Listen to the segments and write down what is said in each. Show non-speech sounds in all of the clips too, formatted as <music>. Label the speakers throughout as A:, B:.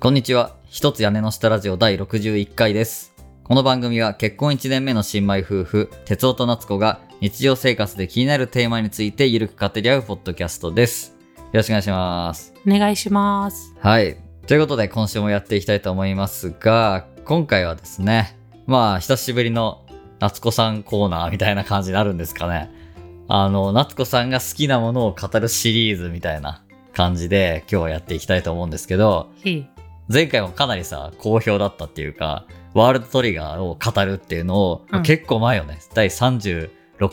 A: こんにちは。一つ屋根の下ラジオ第61回です。この番組は結婚1年目の新米夫婦、哲夫と夏子が日常生活で気になるテーマについてゆるく語り合うポッドキャストです。よろしくお願いします。
B: お願いします。
A: はい。ということで今週もやっていきたいと思いますが、今回はですね、まあ久しぶりの夏子さんコーナーみたいな感じになるんですかね。あの、夏子さんが好きなものを語るシリーズみたいな感じで今日はやっていきたいと思うんですけど、
B: へ
A: 前回もかなりさ、好評だったっていうか、ワールドトリガーを語るっていうのを、
B: うん
A: 結構前よね、第36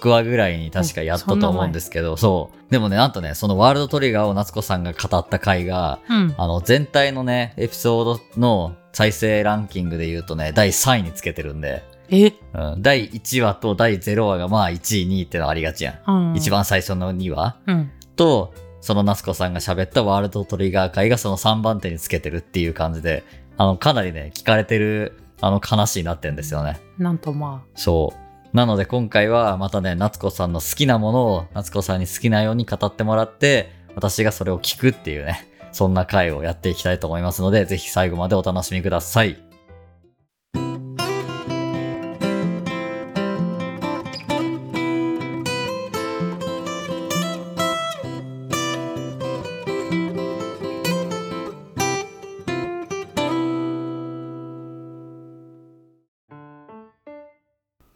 A: 話ぐらいに確かやった
B: うんそん
A: と
B: な
A: 思うんですけど、そう。でもね、なんとね、そのワールドトリガーを夏子さんが語った回が、
B: うん。
A: あの、全体のね、エピソードの再生ランキングで言うとね、第3位につけてるんで、
B: え、
A: うん、第1話と第0話がまあ1位、2位ってのはありがちやん。
B: うん、
A: 一。番最初の2話
B: うん。
A: と、そのナスコさんが喋ったワールドトリガー会がその3番手につけてるっていう感じで、あの、かなりね、聞かれてる、あの、話になってんですよね。
B: なんとま
A: そう。なので今回はまたね、夏子さんの好きなものを夏子さんに好きなように語ってもらって、私がそれを聞くっていうね、そんな回をやっていきたいと思いますので、ぜひ最後までお楽しみください。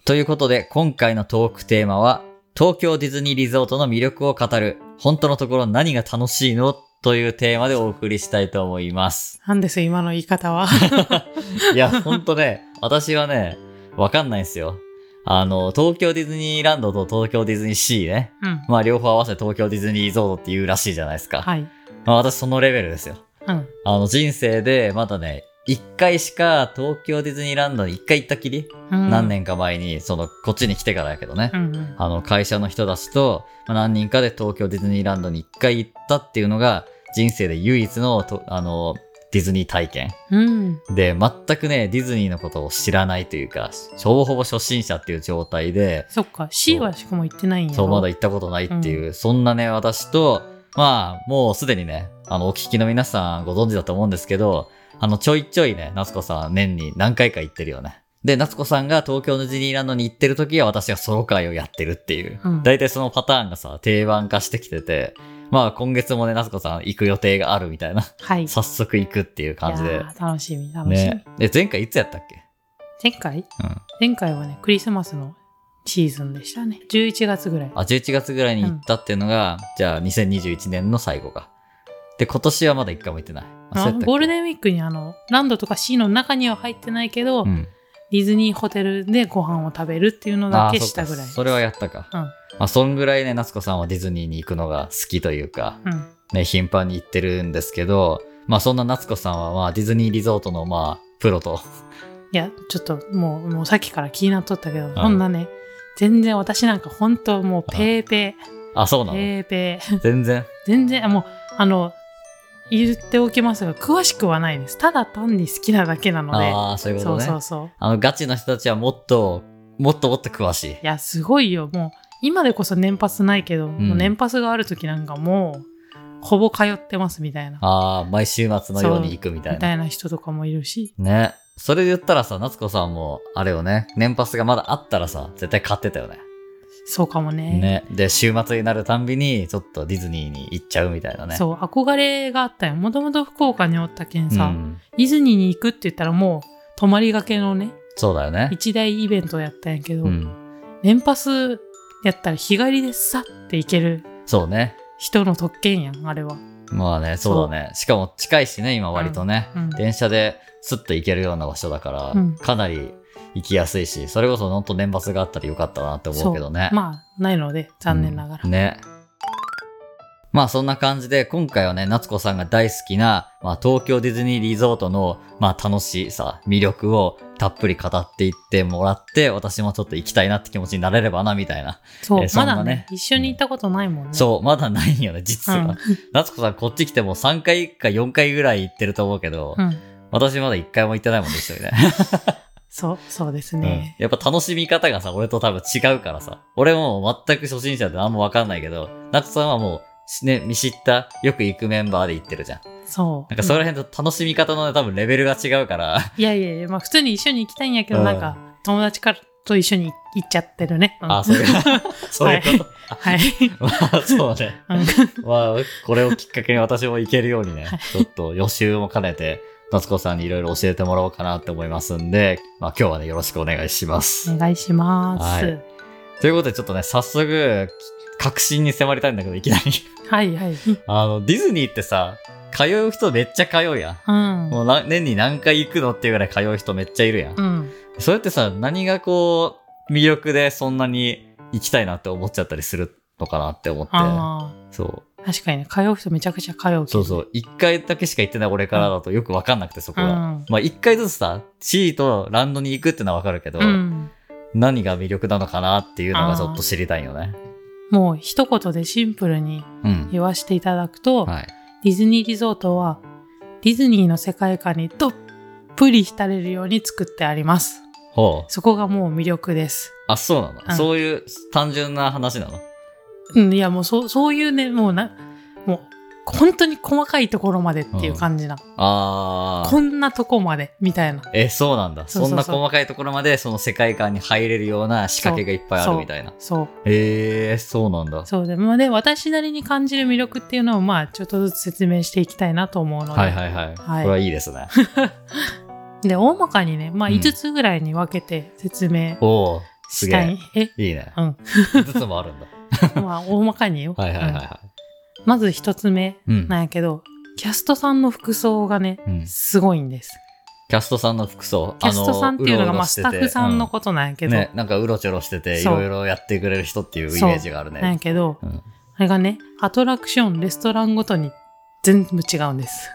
A: ということで、今回のトークテーマは、東京ディズニーリゾートの魅力を語る、本当のところ何が楽しいのというテーマでお送りしたいと思います。
B: あ。なんです今の言い方は。
A: いや、ほんとね、私はね、わかんないんですよ。あの、東京ディズニーランドと東京ディズニーシーね。
B: うん。
A: まあ、両方合わせて東京ディズニーリゾートって言うらしいじゃないですか。
B: <laughs> はい。
A: まあ、私そのレベルですよ。
B: うん。
A: あの、人生でまだね、一回しか東京ディズニーランドに一回行ったきり、
B: うん、
A: 何年か前に、その、こっちに来てからやけどね。
B: うんうん。
A: あの、会社の人たちと、まあ何人かで東京ディズニーランドに一回行ったっていうのが、人生で唯一のと、あの、ディズニー体験。
B: うん。
A: で、全くね、ディズニーのことを知らないというか、ほぼほぼ初心者っていう状態で、
B: そっか。C はしかも言ってないんやろ。
A: そう、まだ行ったことないっていう、そんなね、私と、まあ、もうすでにね、あの、お聞きの皆さんご存知だと思うんですけど、あの、ちょいちょいね、夏子さん年に何回か行ってるよね。で、夏子さんが東京のディズニーランドに行ってる時は私がソロ会をやってるっていう。
B: うん
A: 大体そのパターンがさ、定番化してきてて、まあ今月もね、夏子さん行く予定があるみたいな、 <laughs>
B: はい。
A: 早速行くっていう感じ
B: い
A: で
B: や。ー楽しみ、楽しみ。
A: ね。え、前回いつやったっけ
B: 前回
A: うん
B: 前回はね、クリスマスのシーズンでしたね。11月ぐらい。
A: あ、11月ぐらいに行ったっていうのが、じゃあ2021年の最後か。で、今年はまだ一回も行ってない。
B: あゴール
A: ン
B: デンウィークにあの、ランドとか C の中には入ってないけど、
A: うん。
B: ディズニーホテルでご飯を食べるっていうのだ
A: あ
B: け
A: ー、そ
B: し
A: っか
B: たぐらい。
A: それはやったか。
B: うん
A: まあ、そんぐらいね、夏子さんはディズニーに行くのが好きというか、
B: うん。
A: ね、頻繁に行ってるんですけど、まあそんな夏子さんは、まあディズニーリゾートの、まあ、プロと。
B: いや、ちょっともう、もうさっきから気になっとったけど、そんなね、全然私なんか本当もうペーペ
A: あ、そう
B: ー、
A: なの
B: ペーペー。 <laughs>
A: 全然。
B: 全然、もう、あの、言っておきますが、詳しくはないです。ただ単に好きなだけなので。
A: ああ、そういうこ
B: そ
A: と
B: う
A: ね。
B: そうそう。
A: あの、ガチの人たちはもっと、もっともっと詳しい。
B: いや、すごいよ。もう、今でこそ年パスないけど、
A: ん
B: もう年パスがある時なんかもう、ほぼ通ってますみたいな。
A: ああ、毎週末のように行くみたい
B: み
A: な
B: た。いな人とかもいるし。
A: ね。それで言ったらさ、夏子さんも、あれよね、年パスがまだあったらさ、絶対買ってたよね。
B: そうかもね。
A: ね。で、週末になるたんびに、ちょっとディズニーに行っちゃうみたいなね。う
B: そう、憧れがあったよ。もともと福岡におったけんさ、
A: ん
B: ディズニーに行くって言ったらもう、泊まりがけのね、
A: そうだよね。
B: 一大イベントやったんやけど、
A: うん。
B: 年パスやったら日帰りでさって行ける
A: そうね。
B: 人の特権やん、あれは。
A: まあね、そうだね。しかも近いしね、今割とね。
B: うん。
A: 電車でスッと行けるような場所だから、
B: うん
A: かなり行きやすいし、それこそほんと年パスがあったらよかったなって思うけどね。
B: まあ、ないので、残念ながら。
A: うんね。まあそんな感じで、今回はね、夏子さんが大好きな、まあ東京ディズニーリゾートの、まあ楽しさ、魅力をたっぷり語っていってもらって、私もちょっと行きたいなって気持ちになれればな、みたいな。
B: そう、
A: えー
B: ま
A: そん
B: だ
A: なね
B: ね、一緒に行ったことないもんね。
A: そう、まだないんよね、実は。
B: うん
A: <laughs> 夏子さんこっち来てもう3回か4回ぐらい行ってると思うけど、
B: うん。
A: 私まだ1回も行ってないもんですよね。
B: そう、そうですね。
A: うんやっぱ楽しみ方がさ、俺と多分違うからさ。俺もう全く初心者で何もわかんないけど、夏さんはもう、ね、見知った、よく行くメンバーで行ってるじゃん。
B: そう。
A: なんかそこら辺と楽しみ方のね、多分レベルが違うから、
B: いやいやいや、まあ普通に一緒に行きたいんやけど、
A: うん
B: なんか友達からと一緒に行っちゃってるね。うん
A: あ、そういう、そういうこと。
B: <laughs> はい。
A: <laughs> まあ、そうね。
B: うん
A: まあ、これをきっかけに私も行けるようにね
B: はい、
A: ちょっと予習も兼ねて、夏子さんにいろいろ教えてもらおうかなって思いますんで、まあ今日はね、よろしくお願いします。
B: お願いします。
A: はいということで、ちょっとね、早速、確信に迫りたいんだけど、いきなり。
B: はい、はい、
A: あの、ディズニーってさ、通う人めっちゃ通うやん。
B: うん。
A: もうな年に何回行くのっていうぐらい通う人めっちゃいるやん。
B: うん。
A: それってさ、何がこう、魅力でそんなに行きたいなって思っちゃったりするのかなって思って。
B: あ
A: そう。
B: あ、確かにね、通う人めちゃくちゃ通うけど。
A: そうそう。一回だけしか行ってない俺からだとよくわかんなくて、そこ
B: う
A: が。
B: ん。
A: まあ一回ずつさ、シーとランドに行くってのはわかるけど、
B: うん。
A: 何が魅力なのかなっていうのがちょっと知りたいよね。
B: もう一言でシンプルに
A: うん。
B: 言わせていただくと、
A: はい。
B: ディズニーリゾートはディズニーの世界観にどっぷり浸れるように作ってあります。
A: ほう。
B: そこがもう魅力です。
A: あ、そうなの、
B: うん
A: そういう単純な話なの
B: うん、いやもうそう、そういうね、もうな、もう本当に細かいところまでっていう感じな。
A: ああ。
B: こんなとこまでみたいな。
A: え、そうなんだ
B: そうそうそう
A: そんな細かいところまでその世界観に入れるような仕掛けがいっぱいあるみたいな。
B: そう。
A: えー、そうなんだ。
B: そうで、まあ、で、私なりに感じる魅力っていうのを、まあ、ちょっとずつ説明していきたいなと思うので。
A: はいはいはい。
B: はい
A: これはいい
B: <laughs>
A: ですね。
B: で、大まかにね、まあ、
A: うん
B: 5つぐらいに分けて説明
A: おお、す
B: し
A: げ
B: たい。
A: え。
B: え、 <laughs>
A: いいね。
B: うん。
A: 5つもある
B: <laughs>
A: んだ。
B: まあ、大まかによ。
A: はいはいはい
B: うん
A: は
B: まず1つ目
A: い。うん。
B: なんやけど、キャストさんの服装がね、
A: うん
B: すごいんです。
A: キャストさんの服装。
B: キャストさんっていうのが、
A: あ
B: まあ、スタッフさんの
A: こ
B: ことなんや
A: と
B: けど、
A: ね、なんかうろちょろしてて、い
B: そう
A: ろいろやってくれる人っていうイメージがある
B: なんや
A: ね。
B: けど、
A: うん
B: あれがね、アトラクション、レストランごとに全部違うんです。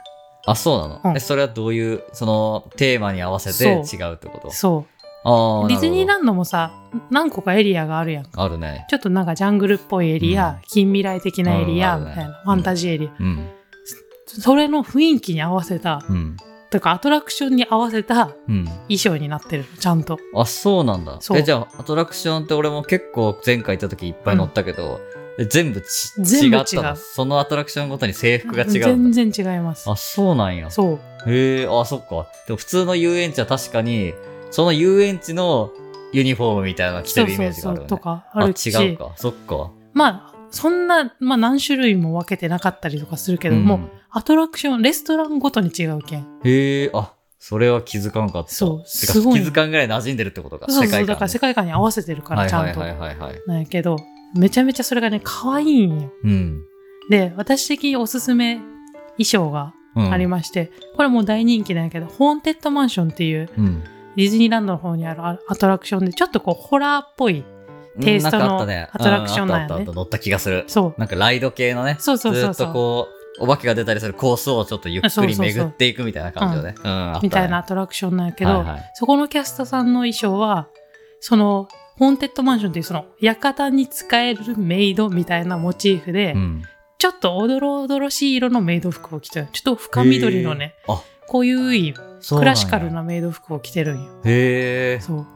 A: あ、そうなの、
B: うん
A: え、それはどういう、その、テーマに合わせて違うってこと
B: そ
A: あ
B: う。
A: あ。
B: ディズニー
A: ン
B: ランドもさ、何個かエリアがあるやんか
A: あるね。
B: ちょっとなんかジャングルっぽいエリア、
A: うん
B: 近未来的なエリア、
A: うん
B: みたいな、
A: うん
B: ファンタジーエリア、
A: うん。
B: それの雰囲気に合わせた、
A: うん。
B: とかアトラクションに合わせた
A: うん。
B: 衣装になってる、ちゃんと。
A: あ、そうなんだ。
B: そう
A: え、じゃあ、アトラクションって俺も結構前回行った時いっぱい乗ったけど、え全部ち
B: 全部
A: 違った
B: 違う
A: のそのアトラクションごとに制服が違うん
B: 全
A: だ。
B: 然違います。
A: あ、そうなんや。
B: そう。
A: へえ、あ、そっか。でも普通の遊園地は確かに、その遊園地のユニフォームみたいなの着てるイメージがある、ね。
B: とかあるし、
A: あ、違うか。そっか。
B: まあ、そんな、まあ何種類も分けてなかったりとかするけども、
A: うん
B: アトラクション、レストランごとに違うけん。
A: へえ、あ、それは気づかんかった。
B: そう
A: てか
B: すご
A: 気
B: い
A: づかんぐらい馴染んでるってことか。
B: そうそう、
A: 世界観ね
B: だから世界観に合わせてるから、ちゃんと。
A: はいはいはいはいはい。
B: なんやけど、めちゃめちゃそれがね、可愛いんよ。
A: うん。
B: で、私的におすすめ衣装が
A: うん、
B: ありまして、これもう大人気なんやけど、ホーンテッドマンションっていう
A: うん。
B: ディズニーランドの方にあるアアトラクションで、ちょっとこうホラーっぽい。テイストの
A: なんかあったね
B: アトラクションなんやね
A: うんあったあったあった乗った気がする。
B: そう。
A: なんかライド系のね。
B: そうそうそうそう
A: ずっとこう、お化けが出たりするコースをちょっとゆっくり巡っていくみたいな感じよね。うん、あったね
B: みたいなアトラクションなんやけど、
A: はいはい
B: そこのキャストさんの衣装は、その、ホーンテッドマンションっていうその、館に使えるメイドみたいなモチーフで、
A: うん
B: ちょっとおどろおどろしい色のメイド服を着てる。ちょっと深緑のね、
A: へー。あ、
B: こういうい
A: そう
B: ク
A: なんや
B: ラシカルなメイド服を着てるんよ。
A: へえ、
B: そう。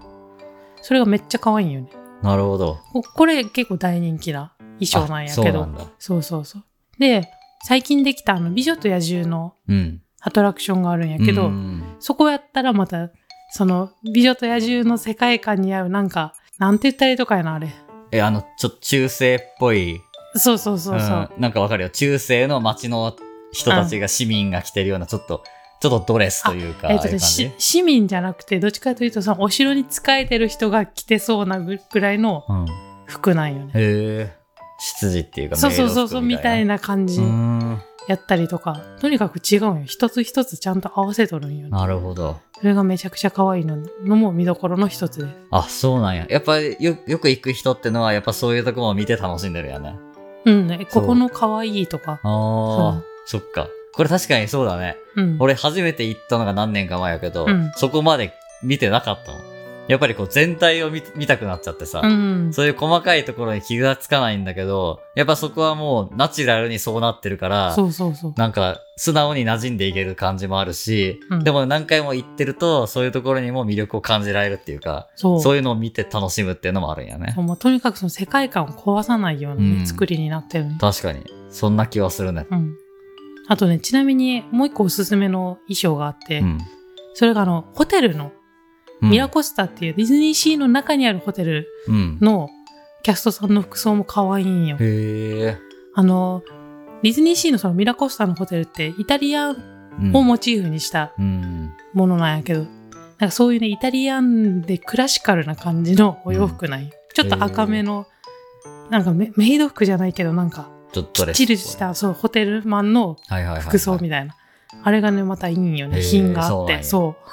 B: それがめっちゃ可愛いんよね。
A: なるほど。
B: ここれ結構大人気な衣装なんやけ
A: あそうな
B: ど
A: んだ。
B: そうそうそうで最近できたあの「美女と野獣」の
A: うん。
B: アトラクションがあるんやけ
A: う
B: ど、
A: ん
B: そこやったらまたその「美女と野獣」の世界観に合うなんかなんて言ったらいいとかやなあれ
A: え、あの、ちょっと中世っぽい。
B: そうそうそうそう、
A: んなんかわかるよ。中世の街の人たちが、市民が着てるような、ちょっと、ちょっとドレスというか、
B: えっ
A: あ
B: と
A: あいう
B: ね、
A: 感
B: し
A: じ。
B: 市民じゃなくてどっちかというとそのお城に仕えてる人が着てそうなぐらいの
A: うん。へ
B: 服なんよね。
A: え。執事っていうか、
B: そうそうそうそう
A: メイ
B: み
A: ド服
B: たい
A: な。
B: な感じ
A: うーん。
B: やったりとか、とにかく違うんよ一つ一つちゃんと合わせとるんよね。
A: なるほど。
B: それがめちゃくちゃ可愛いののも見どころの一つです。
A: あ、そうなんや。やっぱりよ、よく行く人ってのは、やっぱそういうとこも見て楽しんでるよね。
B: うんね、
A: そう
B: ここの可愛いとか。
A: ああ、そっか。これ確かにそうだね。
B: うん。
A: 俺初めて行ったのが何年か前やけど、
B: うん
A: そこまで見てなかったの。やっぱりこう全体を見見たくなっちゃってさ、
B: うん。
A: そういう細かいところに気がつかないんだけど、やっぱそこはもうナチュラルにそうなってるから、
B: そうそうそう。
A: なんか素直に馴染んでいける感じもあるし、
B: うん
A: でも何回も行ってるとそういうところにも魅力を感じられるっていうか、
B: そう。
A: そういうのを見て楽しむっていうのもあるんやね。
B: もうとにかくその世界観を壊さないようなね、
A: うん
B: 作りになってるね。
A: 確かに。そんな気はするね。
B: うん。あとね、ちなみにもう一個おすすめの衣装があって、
A: うん。
B: それがあの、ホテルの、
A: うん
B: ミラコスタっていうディズニーシーの中にあるホテル
A: うん。
B: のキャストさんの服装も可愛いんよ。
A: へえ。
B: あの、ディズニーシーのそのミラコスタのホテルってイタリアン
A: うん
B: をモチーフにした
A: うん。
B: ものなんやけど、なんかそういうね、イタリアンでクラシカルな感じのお洋服ない、ちょっと赤めの、なんかメメイド服じゃないけど、なんか、
A: ちょっとド
B: きっ
A: レス
B: ちりした、そう、ホテルマンの
A: はいはいはいはい
B: 服装みたいな。あれがね、またいいんよ
A: へ
B: ね。
A: ー
B: 品があっ
A: そうなんや
B: て。そう。 <laughs>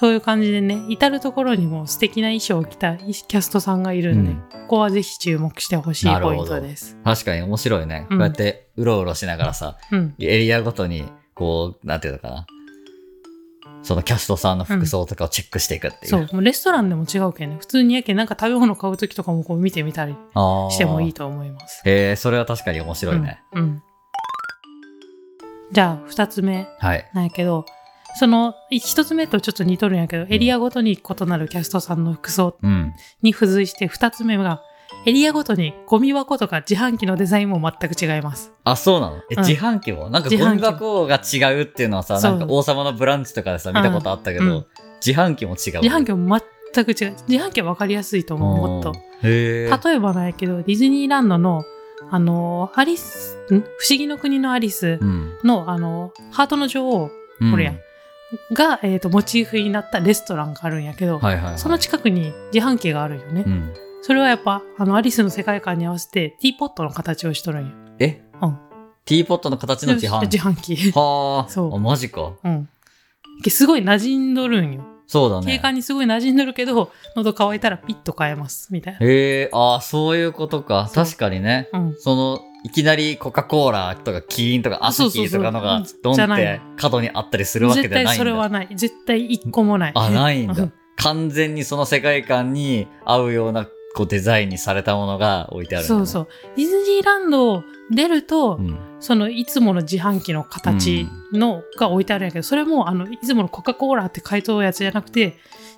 B: そういう感じでね、至るところにも素敵な衣装を着たキャストさんがいるんで、
A: うん
B: ここはぜひ注目してほしい
A: なるほ
B: ポ
A: ど
B: イントです。
A: 確かに面白いね。
B: う
A: こ
B: ん
A: うやってうろうろしながらさ、
B: うん。
A: エリアごとに、こう、なんていうのかな。そのキャストさんの服装とかをチェックしていくっていう。
B: そう。もうレストランでも違うけんね。普通にやけん、なんか食べ物買うときとかもこう見てみたり
A: あー
B: してもいい。と思います。
A: へえ、それは確かに面白いね。
B: うん。うんじゃあ、二つ目
A: はい。
B: なんやけど、その、一つ目とちょっと似とるんやけど、エリアごとに異なるキャストさんの服装
A: うん。
B: に付随して2つ目がエリアごとにゴミ箱とか自販機のデザインも全く違います。
A: あ、そうなのえ、
B: うん
A: 自販機もなんか
B: 自
A: ゴ
B: 販
A: ミ
B: 機
A: 箱が違うっていうのはさ、
B: そう
A: なんか王様のブランチとかでさ、見たことあったけど、
B: うんうん
A: 自販機も違う。
B: 自販機も全く違う。自販機は分かりやすいと思う、もっと。
A: うん。へえ。
B: 例えばなんやけど、ディズニーランドの、あのーアリス、ん不思議の国のアリス
A: うん。
B: の、あのーハートの女王
A: うん
B: これやが、えーと、モチーフになったレストランがあるんやけど、
A: はいはい、はい。
B: その近くに自販機があるんよね。
A: うん。
B: それはやっぱ、あの、アリスの世界観に合わせて、ティーポットの形をしとるんよ。
A: え、
B: うん
A: ティーポットの形の自販機。
B: 機 <laughs>
A: はあ。
B: そう
A: あ、マジか。
B: うん。けすごい馴染んどるんよ。
A: そうだね。
B: 景観にすごい馴染んどるけど、喉乾いたらピッと変えます、みたいな。
A: へえ、ああ、そういうことか。
B: そう
A: 確かにね。
B: うん。
A: その、いきなりコカ・コーラとかキーンとかアスキーとかのが
B: そうそうそう
A: ドン
B: じゃ
A: っ
B: な
A: て
B: い
A: 角にあったりするわけ
B: 絶
A: じゃないんだ。
B: 対それはない。絶対一個もない。
A: あ、ないん
B: う
A: だ。完全にその世界観に合うようなこうデザインにされたものが置いてあるんだね、
B: そうそう。ディズニーランドを出ると、
A: うん。
B: そのいつもの自販機の形の、が置いてあるんやけど、それもあの、いつものコカ・コーラって書いとるやつじゃなくて、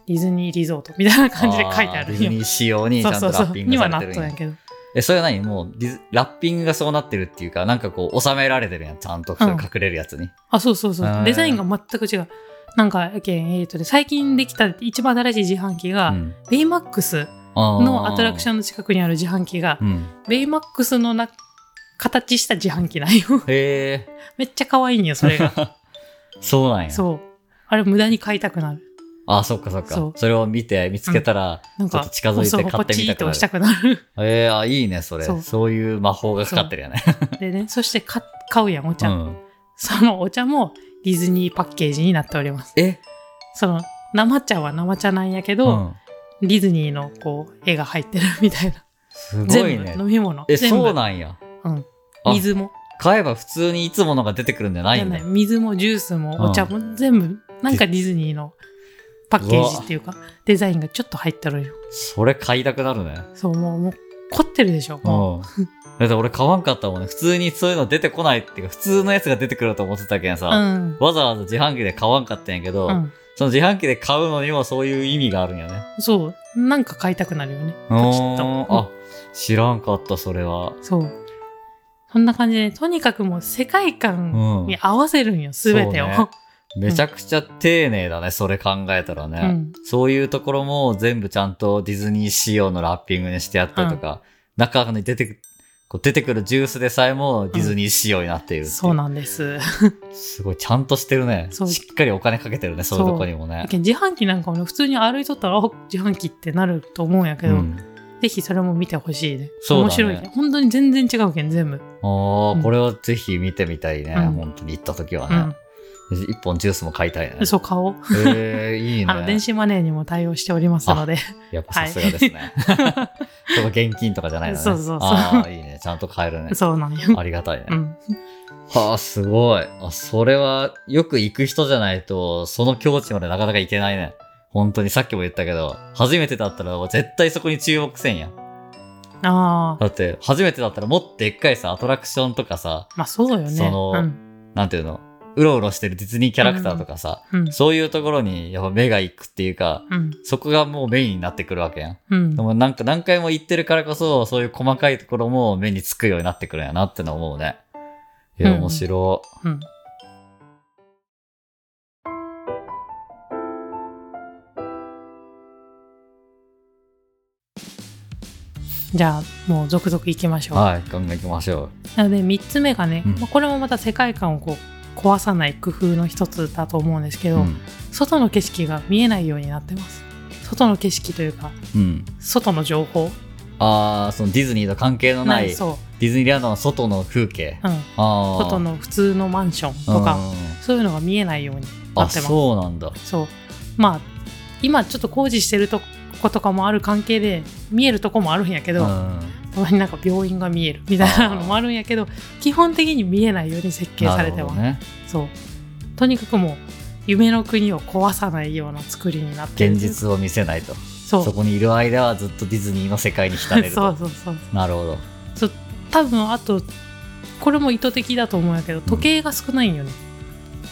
B: ディズニーリゾートみたいな感じで書いてあ
A: ーデ
B: る
A: ィ
B: ん
A: ズ
B: よ。
A: ニー仕様にちゃんとラッピング
B: に
A: さ
B: は
A: れ
B: なって
A: るん
B: たん
A: や
B: やけど。
A: え、それは何もうディズ、ラッピングがそうなってるっていうか、なんかこう、収められてるやん。ちゃんとそれ
B: うん
A: 隠れるやつに。
B: あ、そうそうそ
A: へー
B: う。デザインが全く違う。なんか、やけん、えっ、とね、最近できた一番新しい自販機が、
A: うん
B: ベイマックスのアトラクショ
A: ン。
B: ンの近くにある自販機が、
A: うん。
B: ベイマックスのな形した自販機なんよ。 <laughs>
A: へえ。
B: めっちゃ可愛いんよ、それ
A: <laughs>
B: が。
A: そうなんや。
B: そう。あれ無駄に買いたくなる。
A: あ、そっかそっか。
B: そ
A: そうれを見て、見つけたら、
B: なん
A: ちょっ
B: か、
A: と近づいて
B: そう
A: 買ってみたくなる
B: ポチーと押したくなる。 <laughs>
A: えー、あ、いいね、それ。そ
B: そうう
A: いう魔法がかかってるよね。
B: でね、そして買買うやん、お
A: う
B: 茶、
A: ん。
B: そのお茶もディズニーパッケージになっております。
A: え
B: その、生茶は生茶なんやけど、
A: ん。
B: ディズニーのこう、絵が入ってるみたいな。
A: すごい
B: 全部、
A: ね
B: 飲。み物。
A: え、
B: 全部
A: そうなんや。
B: うん
A: あ
B: 水も。
A: 買えば普通にいつものが出てくるんじゃないんだ。
B: じゃない水もジュース
A: うん
B: もお茶も全部、なんかディズニーのパッケージっていうか、デザインがちょっと入ってるよ。
A: それ買いたくなるね。
B: そう、もう、もう、凝ってるでしょ、もう。
A: うん。だって俺買わんかったもんね。普通にそういうの出てこないっていうか、普通のやつが出てくると思ってたけんさ。
B: うん。
A: わざわざ自販機で買わんかったんやけど、
B: うん。
A: その自販機で買うのにもそういう意味があるんやね。
B: そう、なんか買いたくなるよね。
A: う
B: ポチッと。
A: ん。あ、知らんかった、それは。
B: そう。そんな感じで、とにかくもう世界観
A: うん。
B: に合わせるんよ、すべてを。
A: そうねめちゃくちゃ丁寧だね、それ考えたらね、
B: うん
A: そういうところも全部ちゃんとディズニー仕様のラッピングにしてあったりとか、中に出てく、こう出てくるジュースでさえもディズニー仕様になっているってい
B: そうなんです。
A: すごい、ちゃんとしてるね。
B: そう
A: しっかりお金かけてるね、そういうとこにもね。
B: けん自販機なんかもね、普通に歩いとったら、あ自販機ってなると思うんやけど、
A: うん
B: ぜひそれも見てほしいね。
A: そうだね
B: 面白いね。本当に全然違うけん、全部。
A: ああ、
B: うん
A: これはぜひ見てみたいね、
B: うん
A: 本当に行った時は
B: う
A: ね
B: ん。。
A: 一本ジュースも買いたいね。
B: そう、買おう。
A: へえいい
B: あの電
A: ね。
B: 子マネーにも対応しておりますので、
A: やっぱさすがですね。 <laughs> ちょっと現金とかじゃないのね。
B: そうそうそう。
A: ああ、いいね。ちゃんと買えるね
B: そうなんよ。
A: ありがたいね。
B: うん、
A: はあ、すごい。あ、それは、よく行く人じゃないと、その境地までなかなか行けないね。本当に、さっきも言ったけど、初めてだったら、絶対そこに注目せんやん。
B: ああ、
A: だって、初めてだったら、もっとでっかいさ、アトラクションとかさ、
B: まあそうよね。
A: その
B: うん
A: なんていうの、うろうろしてるディズニーキャラクターとかさ、
B: うん
A: そういうところに、やっぱ目が行くっていうか、
B: うん
A: そこがもうメインになってくるわけやん。
B: うん
A: でもなんか何回も行ってるからこそ、そういう細かいところも目につくようになってくるんやなってのは思うね。えー、面白い。
B: うん。じゃあもう続々いきましょう。
A: はい、ガンガン行きましょう。
B: なので3つ目がね、
A: うん
B: まあこれもまた世界観をこう壊さない工夫の一つだと思うんですけど、
A: うん。
B: 外の景色が見えないようになってます。外の景色というか
A: うん、
B: 外の情報
A: ああ、そのディズニーと関係のない、デ
B: そ
A: ィズニーランドの外の風景。
B: う、うん、
A: ああ。
B: 外の普通のマンションとか、
A: うん
B: そういうのが見えないようにな
A: あ、
B: ってます。
A: そうなんだ。
B: そうまあ今ちょっと工事してるとことかもある関係で見えるとこもあるんやけ
A: う
B: ど、
A: ん。
B: たまになんか病院が見えるみたいなのもあるんやけど基本的に見えないように設計されて
A: なる
B: ま
A: ほ
B: す、
A: どね。
B: そうとにかくもう夢の国を壊さないような作りになってる
A: 現実を見せないと。
B: そう
A: そこにいる間はずっとディズニーの世界に浸れると。
B: <laughs> そうそうそう
A: なるほど。
B: 多分あとこれも意図的だと思うんやけど時計が少ないんよね、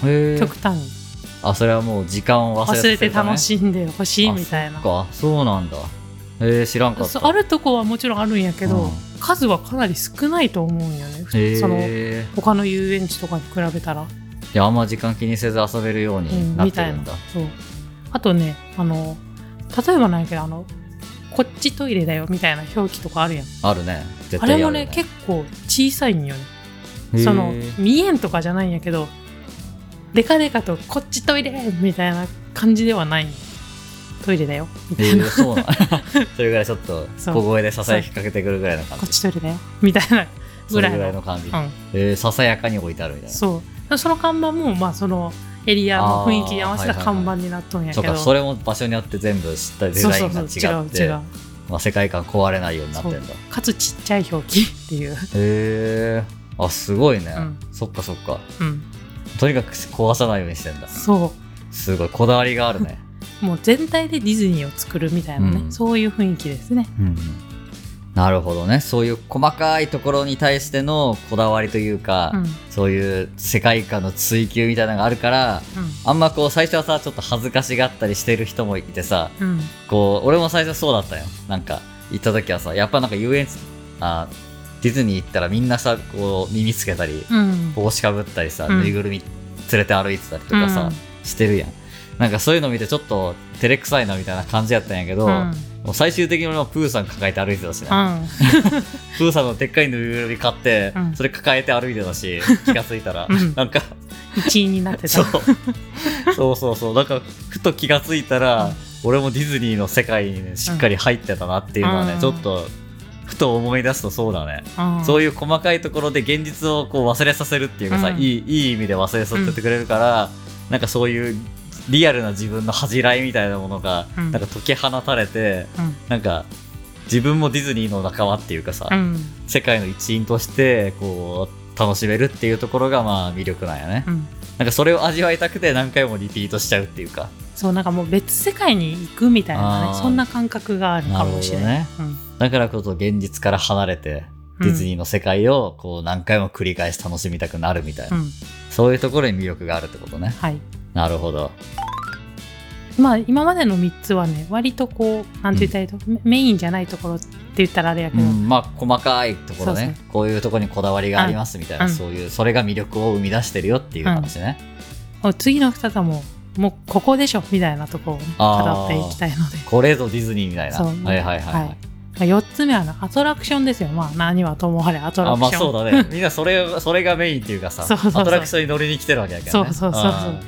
A: へえ
B: 極。端に
A: あ、それはもう時間を忘れ
B: 忘れて楽
A: い。
B: しんでほしいみたいな
A: そっか、そうなんだ。へえ、知らんかった。
B: そうあるとこはもちろんあるんやけど、
A: うん
B: 数はかなり少ないと思うんよね、ふ
A: へえ。
B: その他の遊園地とかに比べたら、
A: いやあんま時間気にせず遊べるよう
B: う
A: に
B: ん
A: なっ
B: み
A: て
B: た
A: る
B: い
A: ん
B: な
A: だ、
B: そうあとねあの例えばなんやけどあのこっちトイレだよみたいな表記とかあるやん
A: あるね絶
B: あ
A: 対あ
B: れ
A: る
B: もね結構小さいんよね
A: へー
B: その見えんとかじゃないんやけどでかでかとこっちトイレみたいな感じではないトイレだよみた
A: へ
B: いな
A: ーそうな <laughs> それぐらいちょっと
B: そう
A: 小声でささやきかけてくるぐらいの感
B: こっ
A: じ
B: ちトイレだよみたいな
A: そ
B: ぐ
A: れ
B: らい
A: ぐらい
B: の
A: の感じ、
B: うん
A: えーささやかに置いてあるみたいなそ
B: そうその看板もまあそのエリアの雰囲気に合わせた看板になっとんやけ
A: う
B: ど
A: かそれも場所によって全部知ったデザインが違って
B: そうそう違う違う
A: まあ、世界観壊れないようになってんだへ
B: かつちっちゃい表記っていう、
A: えあすごいね、
B: うん
A: そっかそっか
B: うん、
A: とにかく壊さないようにしてんだ
B: そ
A: すごいこだわりがあるね
B: うもう全体でディズニーを作るみたいなね、
A: うん
B: そういう雰囲気ですね
A: うんうんなるほどねそういう細かいところに対してのこだわりというか、
B: うんうん
A: そういう世界観の追求みたいなのがあるからあんまこう最初はさちょっと恥ずかしがったりしてる人もいてさ
B: うん
A: こう俺も最初そうだったよなんか行った時はさやっぱなんか遊園地あディズニー行ったらみんなさこう耳つけたり
B: うん
A: 帽子かぶったりさ、
B: うん
A: ぬいぐるみ連れて歩いてたりとかさ、してるやんなんかそういうの見てちょっと照れくさいなみたいな感じやったんやけど、
B: うん
A: もう最終的に俺もプーさん抱えて歩いてたしね、
B: うん
A: プーさんのでっかいぬいぐるみ買って、
B: うん
A: それ抱えて歩いてたし気がついたら、
B: うん
A: なんか
B: 一位になってた
A: そうそうそうそうなんかふと気がついたら、
B: うん
A: 俺もディズニーの世界に、ね、しっかり入ってたなっていうのはね、
B: うん
A: ちょっとふと思い出すとそうだね、
B: うん
A: そういう細かいところで現実をこう忘れさせるっていうかさ、
B: うん
A: いいいい意味で忘れさせてくれるから、なんかそういうリアルな自分の恥じらいみたいなものが、
B: うん
A: なんか解き放たれてなんか自分もディズニーの仲間っていうかさ、
B: うんうん
A: 世界の一員としてこう楽しめるっていうところがまあ魅力なんやね、
B: うん
A: なんかそれを味わいたくて何回もリピートしちゃうっていうか
B: そうなんかもう別世界に行くみたいな
A: あー
B: ねそんな感覚があるかもしれない
A: なるだからこそ現実から離れて
B: うん
A: ディズニーの世界をこう何回も繰り返し楽しみたくなるみたいな、
B: うんうん
A: そういうところに魅力があるってことね
B: はい
A: なるほど
B: まあ今までの3つはね割とこうなんて言ったらいいと、メメインじゃないところって言ったらあれやけ
A: う
B: ど、
A: ん、まあ細かいところね
B: そ
A: こういうところにこだわりがありますみたいな、
B: うん
A: そういうそれが魅力を生み出してるよっていう話ね、
B: もう次の2つはもうもうここでしょみたいなところをね
A: あー
B: 語っていきたいので
A: これぞディズニーみたいな
B: そう
A: はいはいはい、はい
B: はいまあ4つ目はなアトラクションですよまあ何はともあれアトラ
A: あ
B: クション
A: まあそうだね <laughs> みんなそれそれがメインっていうかさ
B: そうそうそう
A: アトラクションに乗りに来てるわけやからね
B: そうそうそうそうん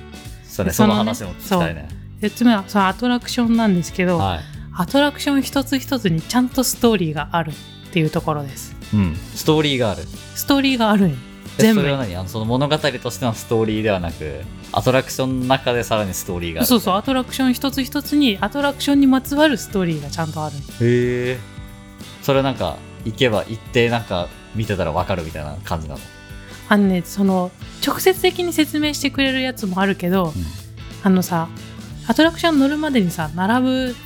A: それ
B: そ
A: そ
B: の
A: の
B: ね
A: 話も聞きたいね
B: 4つ目はそのアトラクションなんですけど、
A: は
B: アトラクション一つ一つにちゃんとストーリーがあるっていうところです
A: い、うん、ストーリーがある
B: ストーリーがあるんよ
A: え
B: 全部
A: それは何あのその物語としてのストーリーではなくアトラクションの中でさらにストーリーがある
B: そうそうアトラクション一つ一つにアトラクションにまつわるストーリーがちゃんとあるんよ
A: へえそれはなんか行けば行ってなんか見てたらわかるみたいな感じなの、
B: あのねその直接的に説明してくれるやつもあるけど
A: うん
B: あのさアトラクション乗るまでにさ並ぶ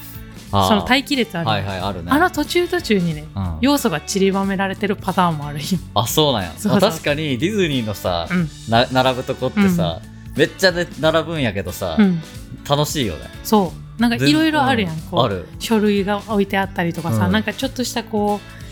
A: あー
B: その待機列あるやん
A: はいはいあるね
B: あの途中途中にね
A: うん
B: 要素が散りばめられてるパターンもあるよ
A: あそうなんや
B: そうそう
A: まあ確かにディズニーのさ、
B: うん
A: な並ぶとこってさ、めっちゃで並ぶんやけどさ、
B: うん、
A: 楽しいよね
B: そうなんかいろいろあるやん
A: 全
B: こう
A: ある
B: 書類が置いてあったりとかさ、
A: うん
B: なんかちょっとしたこう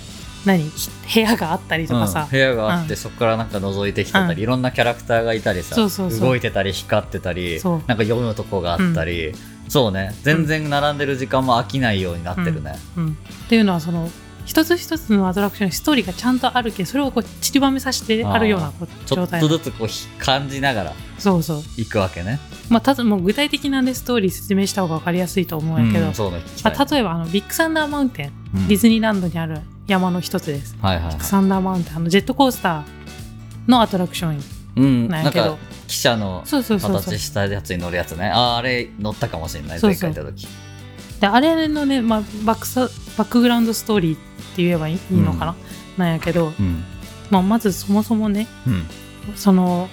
B: 何ひ部屋があったりとか
A: う
B: さ
A: ん、部屋があって、
B: うん
A: そこからなんか覗いてきてたり、
B: うん
A: いろんなキャラクターがいたりさ
B: そうそうそう
A: 動いてたり光ってたり
B: そう
A: なんか読むとこがあったり、そうね全然並んでる時間も飽きないようになってるね、
B: うんっていうのはその一つ一つのアトラクションにストーリーがちゃんとあるけどそれをこう散りばめさせてあるようなこう
A: ちょ
B: 状
A: っ
B: 態
A: とずつこうひ感じながら
B: そうそう
A: 行くわけね
B: まあただもう具体的な、ね、ストーリー説明した方が分かりやすいと思うんやけど、
A: うんそうね聞きたい
B: まあ、例えばあのビッグサンダーマウンテン
A: うん
B: ディズニーランドにある山の一つです、
A: はいはいはい
B: ビッグサンダーマウンテンあのジェットコースターのアトラクション
A: うん
B: な
A: な
B: んや
A: ん
B: けど
A: か汽車の
B: そうそうそうそう
A: 形したやつに乗るやつねあーあれ乗ったかもしれない
B: そう
A: 前
B: そう
A: 回行った時
B: であれのね、まあ、バックサバックグラウンドストーリーって言えばいいいいのかな、なんやけど、
A: うん
B: まあ、まずそもそもね
A: うん
B: その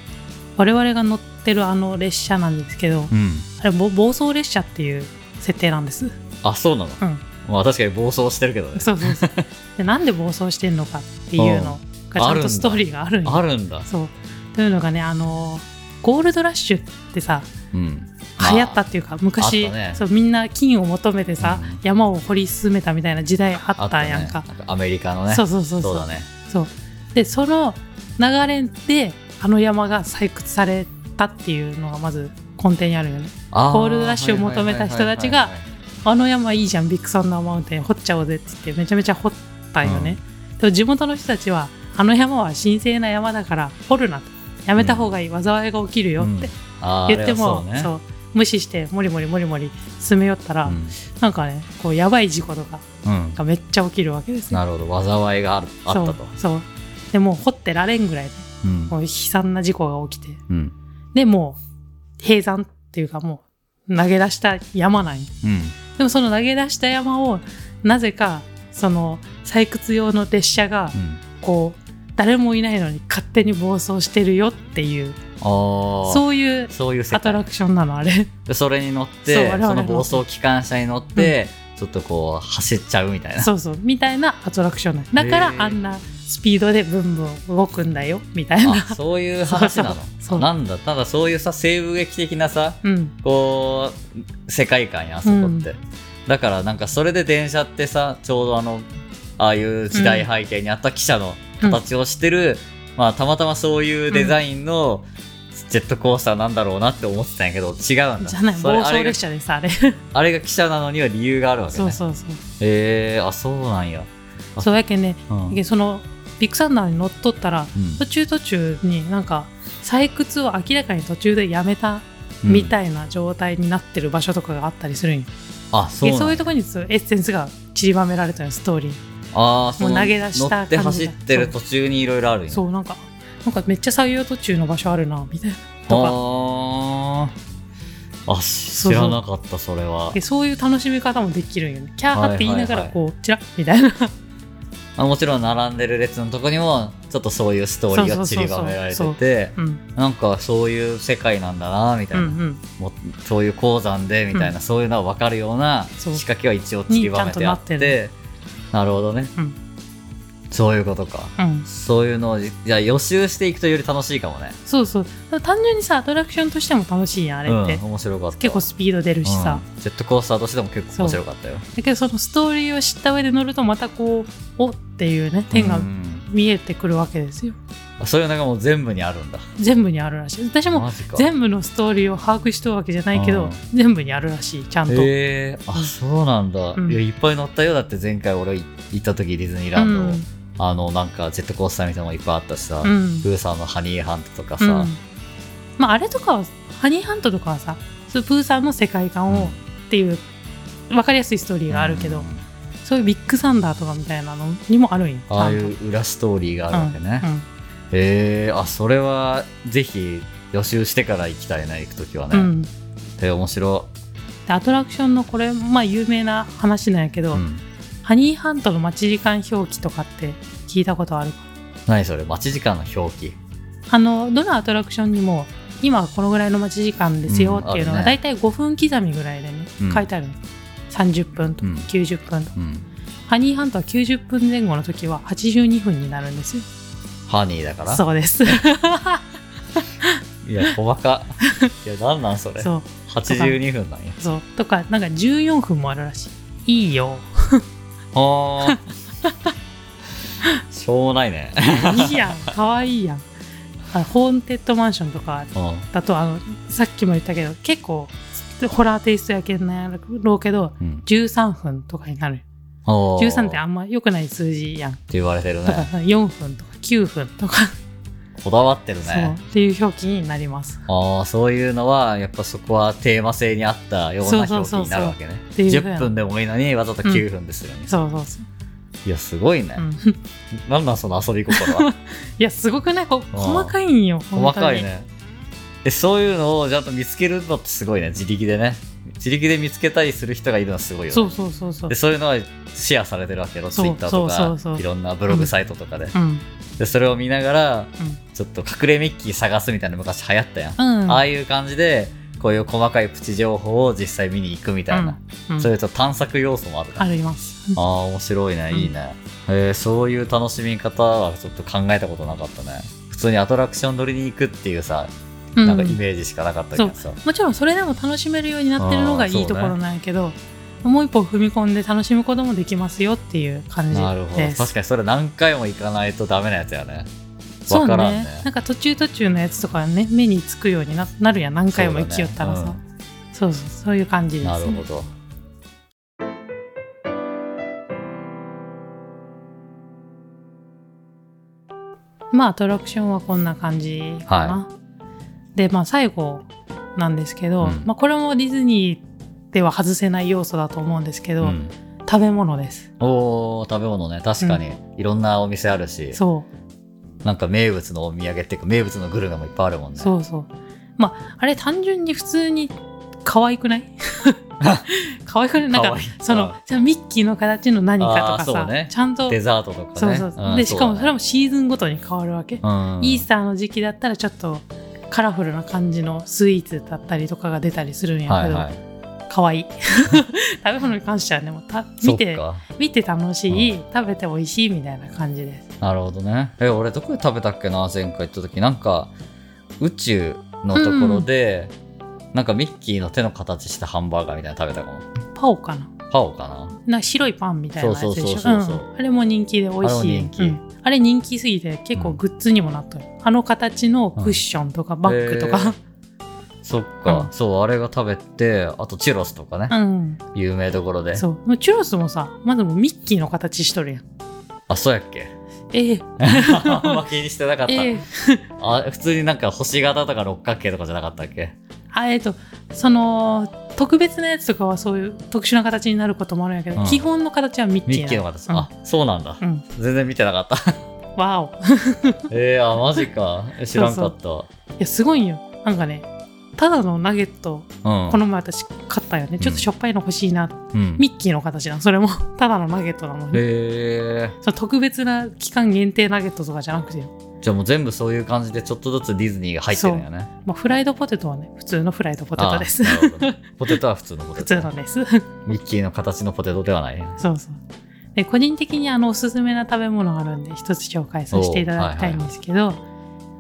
B: 我々が乗ってるあの列車なんですけど、
A: うん
B: あれぼ暴走列車っていう設定なんで
A: <laughs>
B: す、うん、
A: あそうなのまあ確かに暴走してるけどね
B: そうそうそう <laughs> でなんで暴走してんのかっていうのがちゃ
A: ある
B: ん
A: んだ
B: とストーリーがあるんよ
A: あるんだ
B: そうというのがねあのゴールドラッシュってさ
A: うん
B: 流行ったっていうか昔、
A: あったね
B: そうみんな金を求めてさ、
A: うん
B: 山を掘り進めたみたいな時代あったやん
A: あ
B: か
A: っ、たねなんかアメリカのね
B: そううそうそうそう
A: だね
B: そうでその流れであの山が採掘されたっていうのがまず根底にあるよね
A: あ
B: ゴールドラッシュを求めた人たちが
A: はいはいはいはい
B: あの山いいじゃんビッグサンダーマウンテン掘っちゃおうぜって言ってめちゃめちゃ掘ったよね、でも地元の人たちはあの山は神聖な山だから掘るなとやめた方がいい、災いが起きるよって
A: はいはい
B: 言っても、
A: あーあれは
B: そ
A: そ
B: う
A: うね
B: 無視してもりもりもりもり進め寄ったら、なんかねこうやばい事故とか
A: うんうん
B: がめっちゃ起きるわけですよ
A: なるほど災いがあるあったと
B: そうそうでもう掘ってられんぐらいの
A: うん
B: もう悲惨な事故が起きて
A: うん
B: でもう閉山っていうかもう投げ出した山なんよ
A: うん
B: でもその投げ出した山をなぜかその採掘用の列車が
A: うん
B: こう誰もいないのに勝手に暴走してるよっていう
A: あー
B: そういう
A: そういう世
B: アト
A: 界
B: ラクションなの
A: <laughs>
B: あれ
A: でそれに乗っ
B: そう
A: て
B: 我
A: そ
B: 々の
A: の暴走機関車に乗って、ちょっとこう走っちゃうみたいな
B: そうそうみたいなアトラクションなのだから
A: へー
B: あんなスピードでブンブン動くんだよみたいな
A: あそういう話なの
B: <laughs> そうそうそう
A: なんだただそういうさ西部劇的なさ
B: うん
A: こう世界観やあそこって、
B: うん
A: だからなんかそれで電車ってさちょうどあのああいう時代背景にあった汽車の形をしてる、まあたまたまそういうデザインのジェットコースターなんだろうなって思ってたんやけど違うんだ
B: じゃない
A: そ
B: 暴
A: れあ
B: 走
A: れが
B: 列車でさあれ
A: あれが汽車なのには理由があるわけね
B: そうそうそう
A: へえあそうなんやあ
B: そうやけんね
A: うん
B: でそのビッグサンダーに乗っとったら
A: うん
B: 途中途中になんか採掘を明らかに途中でやめたみ
A: い、
B: たいな状態になってる場所とかがあったりするんよ、
A: あそう
B: で
A: なん
B: そうい
A: だ
B: うところにエッセンスが散りばめられたよストーリー、
A: あーその
B: もう投げ出した
A: 乗って
B: 感じ
A: 走
B: が
A: ってる途中にいろいろあるんや
B: そうなんかなんかめっちゃ採用途中の場所あるなみたいなとか
A: あーあ
B: うそう
A: 知らなかったそれは
B: でそういう楽しみ方もできるんよねキャーって言いながら
A: はいはい
B: こうチラッみたいな
A: あもちろん並んでる列のとこにもちょっとそういうストーリーが散りばめられ
B: そう
A: て
B: そう
A: て
B: うん
A: なんかそういう世界なんだなみた
B: う
A: い
B: ん
A: な、
B: うん
A: もそういう鉱山でみたいな、
B: う
A: そういうのは分かるような仕
B: そう
A: 掛けは一応散りばめてあって
B: にちゃんと
A: なるほどね、
B: うん
A: そういうことか
B: うん
A: そういうのをじじゃあ予習していくとより楽しいかもね
B: そうそう単純にさアトラクションとしても楽しいやんあれって、
A: うん、面白かった
B: 結構スピード出るしさ、
A: うんジェットコースターとしても結構面白かったよ
B: だけどそのストーリーを知った上で乗るとまたこうおっていうね点が
A: うん
B: 見えてくるわけですよ、
A: あそういうのがもう全部にあるんだ
B: 全部にあるらしい私も
A: マジか
B: 全部のストーリーを把握しとるわけじゃないけど、
A: うん
B: 全部にあるらしいちゃんと、
A: へえあ
B: うん
A: そうなんだ、
B: うん
A: いやいっぱい乗ったよだって前回俺い行った時ディズニーランド、
B: うん
A: あのなんかジェットコースターみたいなのもいっぱいあったしさ、
B: うん
A: プーさんのハニーハントとか
B: う
A: さ、
B: んまあ、あれとかはハニーハントとかはさそうプーさんの世界観を、
A: うん
B: っていう分かりやすいストーリーがあるけど、
A: うん
B: そういうビッグサンダーとかみたいなのにもあるんよち
A: あ
B: ゃ
A: あ
B: ん
A: い
B: と
A: う裏ストーリーがあるわけね、
B: うん
A: へ
B: うん
A: えあそれはぜひ予習してから行きたいな行く時はね、
B: うんで
A: で面白
B: アトラクションのこれまあ有名な話なんやけ
A: い、
B: ど、
A: うん
B: ハニーハントの待ち時間表記とかって聞いたことある
A: 何それ待ち時間の表記
B: あのどのアトラクションにも今はこのぐらいの待ち時間ですよっていうの
A: うんあるね
B: が大体5分刻みぐらいでね、
A: うん
B: 書いてあるの30分とか
A: うん
B: 90分とか、
A: うん
B: ハニーハントは90分前後の時は82分になるんですよ
A: ハニーだから
B: そうです
A: いや細かいや何なんそれ
B: <laughs> そう
A: 82分なんや
B: そうとかなんか14分もあるらしいいいよ
A: あー <laughs> しょうもないね。
B: い
A: <laughs>
B: いやん可愛いやんあホーンテッドマンションとか
A: うん。
B: だとあのさっきも言ったけど結構ホラーテイストやけんなんやろうけど
A: うん。
B: 13分とかになる
A: おー
B: 13ってあ
A: っ
B: んま良くない数字やん
A: て言われてる
B: だから
A: ね。
B: <laughs> 4分とか9分とか、
A: こだわってる
B: そう
A: ね。
B: っていう表記になります
A: ああ、そういうのは、やっぱそこはテーマ性に合ったような
B: そう
A: 表記
B: そうそうそう
A: になるわけね。
B: っていうふうな
A: 10分でもいいのに、わざと9分でするよね。
B: そうそうそう、
A: いや、すごいね
B: う。ん、い <laughs>
A: なんなんその遊び心 <laughs> は。
B: やすごくないこ
A: あー
B: 細かいんよ本当に
A: 細かいね。え、そういうのをちゃんと見つけるのってすごいね。自力でね。自力で見つけたりする人がいるのはすごいよね。
B: そうそうそうそう
A: でそういうのはシェアされてるわけよツ
B: そ
A: イ
B: う
A: ッターと
B: そうそうそ
A: か
B: う
A: いろんなブログサイトとかで,、
B: うん
A: でそれを見ながらちょっと隠れミッキー探すみたいなの昔流行ったやん、
B: うんうん
A: ああいう感じでこういう細かいプチ情報を実際見に行くみたいな、
B: うんうん
A: そういうちょっと探索要素もあるから、
B: あります
A: ああ面白いね
B: うん
A: いいね、えーそういう楽しみ方はちょっと考えたことなかったね普通にアトラクション乗りに行くっていうさ、
B: うん
A: なんかイメージしかなかったけどさ
B: もちろんそれでも楽しめるようになってるのが
A: あーそう
B: い
A: ね
B: いところなんやけど、もう一歩踏み込んで楽しむこともできますよっていう感じ
A: なるほど
B: です
A: 確かにそれ何回も行かないとダメなやつやね
B: そう
A: わ
B: ね
A: からんね
B: なんか途中途中のやつとかね目につくようにななるやん何回も行きよったらさ
A: そう
B: そう,、
A: だね
B: そうそういう感じです、ね、
A: なるほど。
B: まあアトラクションはこんな感じかな。でまあ最後なんですけど、
A: うん
B: まあ、これもディズニーでは外せない要素だと思うんですけど、
A: うん
B: 食べ物です。
A: おー食べ物ね確かに、いろんなお店あるし
B: そ
A: なんか名物のお土産っていうか名物のグルメもいっぱいあるもん
B: う
A: ね
B: そうそう。まああれ単純に普通に可愛くない <laughs> 可愛くないなん
A: 可
B: か
A: 愛い
B: そのじゃあミッキーの形の何かとか
A: あー
B: さ、
A: そうね
B: ちゃんと
A: デザートとかね
B: そうそうそう、
A: ん
B: でしかもそれ
A: も、
B: もシーズンごとに変わるわけ、
A: うん、
B: イースターの時期だったらちょっとカラフルな感じのスイーツだったりとかが出たりするんやけど、
A: はいはい
B: 可愛い <laughs> 食べ物に関してはねもうた見て
A: そっか
B: 見て楽しい、食べて美味しいみたいな感じです
A: なるほどねえ俺どこで食べたっけな前回行った時なんか宇宙のところで、なんかミッキーの手の形したハンバーガーみたいなの食べたかも
B: パオかな
A: パオかな
B: な白いパンみたいなやつで
A: そ
B: し
A: うそう
B: ょ
A: そうそう
B: うんあれも人気で美
A: あれ
B: 味しい
A: も人気
B: うんあれ人気すぎて結構グッズにもなっとる、あの形のクッションとかバッグとか、
A: そっか、
B: うん
A: そうあれが食べてあとチュロスとかね、
B: <laughs> うん
A: 有名どころで
B: そうもうチュロスもさまずもうミッキーの形しとるやん
A: あそうやっけ
B: ええ
A: <laughs> あんま気にしてなかった、
B: ええ
A: あ普通になんか星型とか六角形とかじゃなかったっけ
B: あえっとその特別なやつとかはそういう特殊な形になることもあるんやけど、
A: うん
B: 基本の形はミッキー
A: ミ
B: な
A: ッキーの形、
B: うん
A: あそうなんだ、
B: うん
A: 全然見てなかった <laughs>
B: わおい
A: えー、あマジかえ知らんかった
B: やすごいんよなんかねただのナゲット
A: うん
B: この前私買ったよね、ちょっとしょっぱいの欲しいな、
A: うん
B: ミッキーの形なのそれも <laughs> ただのナゲットなのに、
A: え
B: その特別な期間限定ナゲットとかじゃなくて、
A: ー、じゃあもう全部そういう感じでちょっとずつディズニーが入ってるんよね
B: まあ、フライドポテトはね普通のフライドポ
A: ポ
B: テトです
A: ポテトは普通のポテ
B: <laughs> 普
A: ト
B: 通のです
A: ミッキーの形のポテトではない
B: そうそうで個人的にあのおすすめな食べ物があるんで一つ紹介させていただきたいんですけど、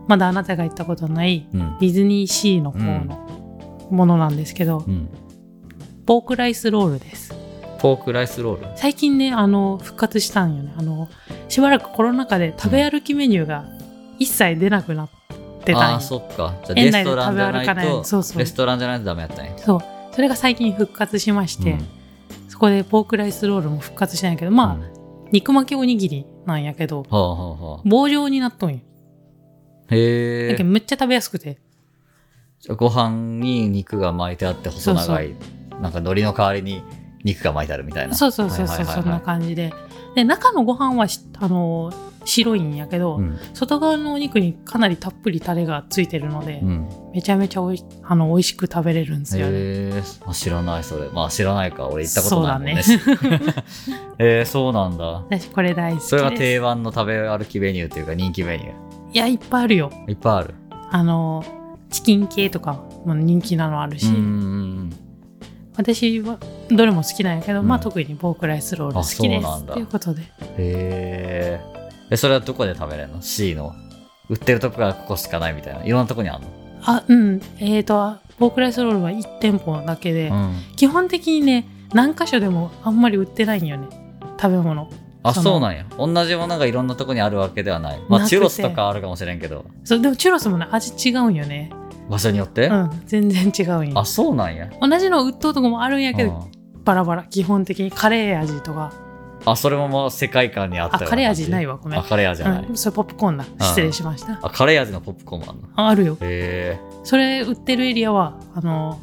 B: まだあなたが行ったことない
A: うん
B: ディズニーシーの方のものなんですけど、
A: うん
B: ポークライスロールです
A: ポークライスロール
B: 最近ねあの復活したんよねあのしばらくコロナ禍で食べ歩きメニューが一切出なくなってたん
A: あ
B: よ
A: ーそっかじゃあレ
B: 園
A: ス
B: 内で
A: トランじゃ
B: 食べ歩か
A: な
B: ないい
A: と
B: そうそう
A: レストランじゃないとダメやったんや
B: そうそれが最近復活しまして、そこでポークライスロールも復活したんやけどまあ、
A: うんは
B: 肉巻きおにぎりなんやけど
A: あはあは
B: 棒状になっとんよ
A: あへ
B: だ
A: え
B: けどめっちゃ食べやすくて
A: ご飯に肉が巻いてあって細長いなんか海苔の代わりに肉が巻いてあるみたいな
B: そうそうそ
A: は
B: うそ
A: いうはいはい
B: そ
A: はい
B: んな感じでで中のご飯はしあの白いんやけど、
A: うん
B: 外側のお肉にかなりたっぷりタレがついてるので、
A: うん
B: めちゃめちゃおいあの美味しく食べれるんですよね。
A: へえあ知らないそれまあ知らないか俺行ったこと
B: そう
A: ないも
B: だ
A: んね
B: ね。
A: <laughs> えー、そうなんだ
B: 私これ大好きです。
A: それが定番の食べ歩きメニューというか人気メニュ
B: いやいっぱいあるよ。
A: ーいっぱいある
B: あのチキン系とかも人気なのあるし、
A: うんうん
B: 私はどれも好きなんやけど、
A: うん
B: まあ特にポークライスロール好き
A: あ
B: で
A: そうなんだ
B: すということで、
A: うんへーえそれはどこで食べれるの C の売ってるとこがここしかないみたいないろんなとこにあるの、
B: あうんえーとポークライスロールは1店舗だけで、
A: うん、
B: 基本的にね何箇所でもあんまり売ってないんよね食べ物
A: あ、
B: その
A: そうなんや。同じものがいろんなとこにあるわけではない。ま
B: な
A: あ、
B: くて
A: チュロスとかあるかもしれんけど、
B: そうでもチュロスもね味違うんよね
A: 場所によって、
B: うん全然違うんよ
A: あ、そうなんや。
B: 同じの売っとうとこもあるんやけ
A: う
B: ど
A: ん
B: バラバラ基本的にカレー味とか
A: あ、それももう世界観にあった
B: あカレー味ない
A: わ。
B: わごめん
A: あ、カレー味じゃない。
B: うん、それポップコーンだ失礼しました
A: あ、カレー味のポップコーンもあるの。
B: ああるよ
A: へえ。
B: それ売ってるエリアはあの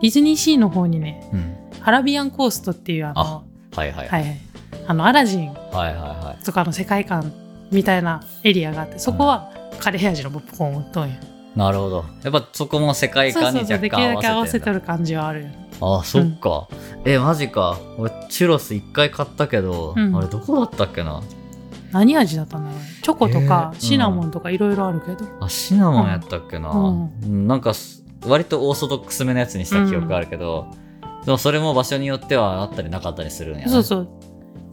B: ディズニーシーの方にね
A: うん。
B: アラビアンコーストっていうあの
A: あはいはい。
B: は
A: はい
B: いはいあのアラジン
A: はいは
B: とかの世界観みたいなエリアがあってそこはカレー味のポップコーンを売っとんよ、
A: い。なるほど。やっぱそこも世界
B: そう
A: 観
B: そ
A: に
B: うそう
A: 若
B: できる
A: 干
B: だけ合
A: 合
B: わ
A: わ
B: せ
A: せ
B: と
A: てんだ
B: る感じはあるよね
A: あ、そっか。え、マジか。俺、チュロス一回買ったけど、
B: うん
A: あれどこだったっけな。
B: 何味だったんだろうねチョコとか
A: えー
B: シナモンとかいろいろあるけど、
A: あ、シナモンやったっけな。
B: うん
A: うんなんかす、割とオーソドックスめのやつにした記憶あるけど、でもそれも場所によってはあったりなかったりするんや、ね。
B: そうそう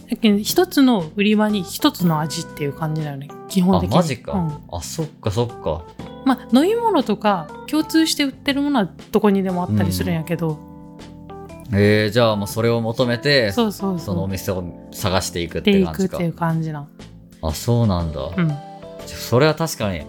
B: だけど一つの売り場に一つの味っていう感じだよね基本
A: あ、
B: 的に
A: マジか。
B: うん
A: あ、そっかそっか。
B: まあ飲み物とか共通して売ってるものはどこにでもあったりするんやけど、
A: えー、じゃあもうそれを求めて、そ
B: そうそうそう
A: のお店を探していくっ
B: で
A: て
B: い
A: 感
B: く
A: じ
B: って
A: か
B: い。う感じな
A: あ、そうなんだ。
B: うん
A: じゃそれは確かに、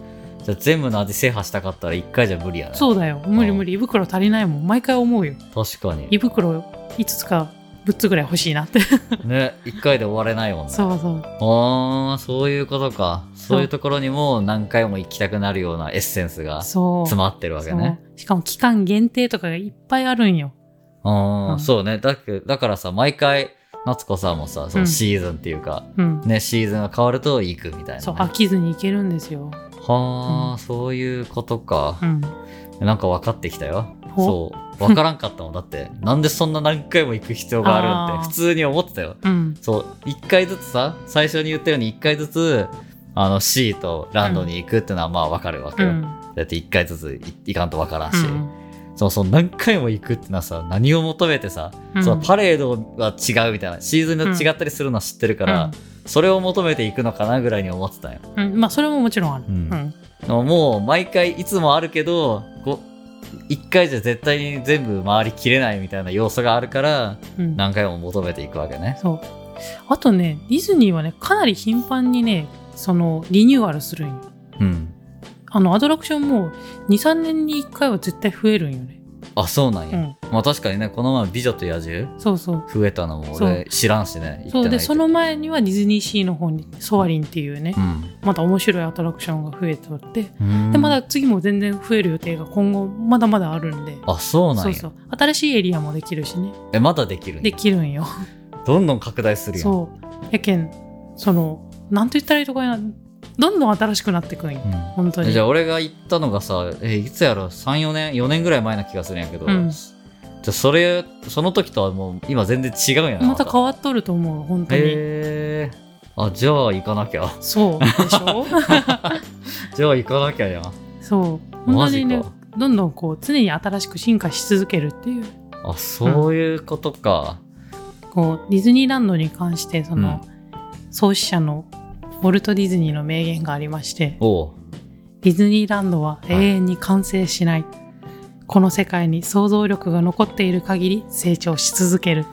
A: じゃあ全部の味制覇したかったら一回じゃ無理やね。
B: そうだよ無理無理胃袋足りないもん毎回思うよ
A: 確かに
B: 胃。袋5つか6つぐらい欲しいなって
A: <laughs> ね、一回で終われないもんね。
B: そうそう
A: ああ、そういうことか。
B: そ
A: そ
B: う
A: ういうところにも何回も行きたくなるようなエッセンスが
B: そう
A: 詰まってるわけね。
B: そうしかも期間限定とかがいっぱいあるんよ
A: あ
B: う
A: あ、
B: ん
A: そうね。だけだからさ、毎回、夏子さんもさ、そうの
B: ん
A: シーズンっていうか、
B: うん、
A: ね、シーズンが変わると行くみたいなね、
B: そう飽きずに行けるんですよ
A: はあ、
B: うん
A: そういうことか
B: う。ん
A: なんか分かってきたよ。
B: ほ
A: そう。分からんかったもん。だって、なんでそんな何回も行く必要があるん
B: あ
A: っ
B: ー
A: て、普通に思ってたよ。
B: うん
A: そう、一回ずつさ、最初に言ったように一回ずつ、あの C とランドに行くってのはまあ分かるわけ
B: う
A: よ。
B: ん
A: だって一回ずついいかんとわからんし、
B: うん
A: そうそう何回も行くってのはさ何を求めてさ、
B: うん
A: そのパレードは違うみたいなシーズンが違ったりするのは知ってるから、それを求めていくのかなぐらいに思ってたんよ
B: うんうんまあそれももちろんある、
A: う
B: うんん
A: でももう毎回いつもあるけどこう1回じゃ絶対に全部回りきれないみたいな要素があるから
B: うん
A: 何回も求めていくわけね
B: そうあとねディズニーはねかなり頻繁にねそのリニューアルするんよ
A: うん
B: あのアトラクションも23年に1回は絶対増えるんよね
A: あそうなん
B: う
A: や、
B: ん
A: まあ確かにねこの前「美女と野獣
B: そうそう」
A: 増えたのも俺知らんしね行って
B: そう
A: ないけ
B: で
A: ど
B: その前にはディズニーシーの方にソアリンっていうね、
A: うん
B: また面白いアトラクションが増えておって
A: うん
B: でまだ次も全然増える予定が今後まだまだあるんで
A: あそうなん
B: そう
A: や
B: そう新しいエリアもできるしね
A: えまだできるんや
B: できるんよ
A: どんどん拡大するやん。
B: そうやけんそのなんと言ったらいいとこやなどんどん新しくなってくんよ
A: うん
B: 本当
A: え
B: に
A: じゃあ俺が行ったのがさ、えいつやろ34年4年ぐらい前な気がするんやけど、
B: うん
A: じゃあそれその時とはもう今全然違うんやな
B: また変わっとると思う本当に、
A: へえあじゃあ行かなきゃ <laughs>
B: そうでしょ
A: じゃあ行かなきゃや
B: そう
A: マ
B: 本当
A: ジ
B: に
A: か、
B: ねどんどんこう常に新しく進化し続けるっていう
A: あそういうことか、
B: こうディズニーランドに関してその、創始者のウォルト・ディズニーの名言がありまして
A: おう
B: ディズニーランドは永遠に完成しない、この世界に想像力が残っている限り成長し続ける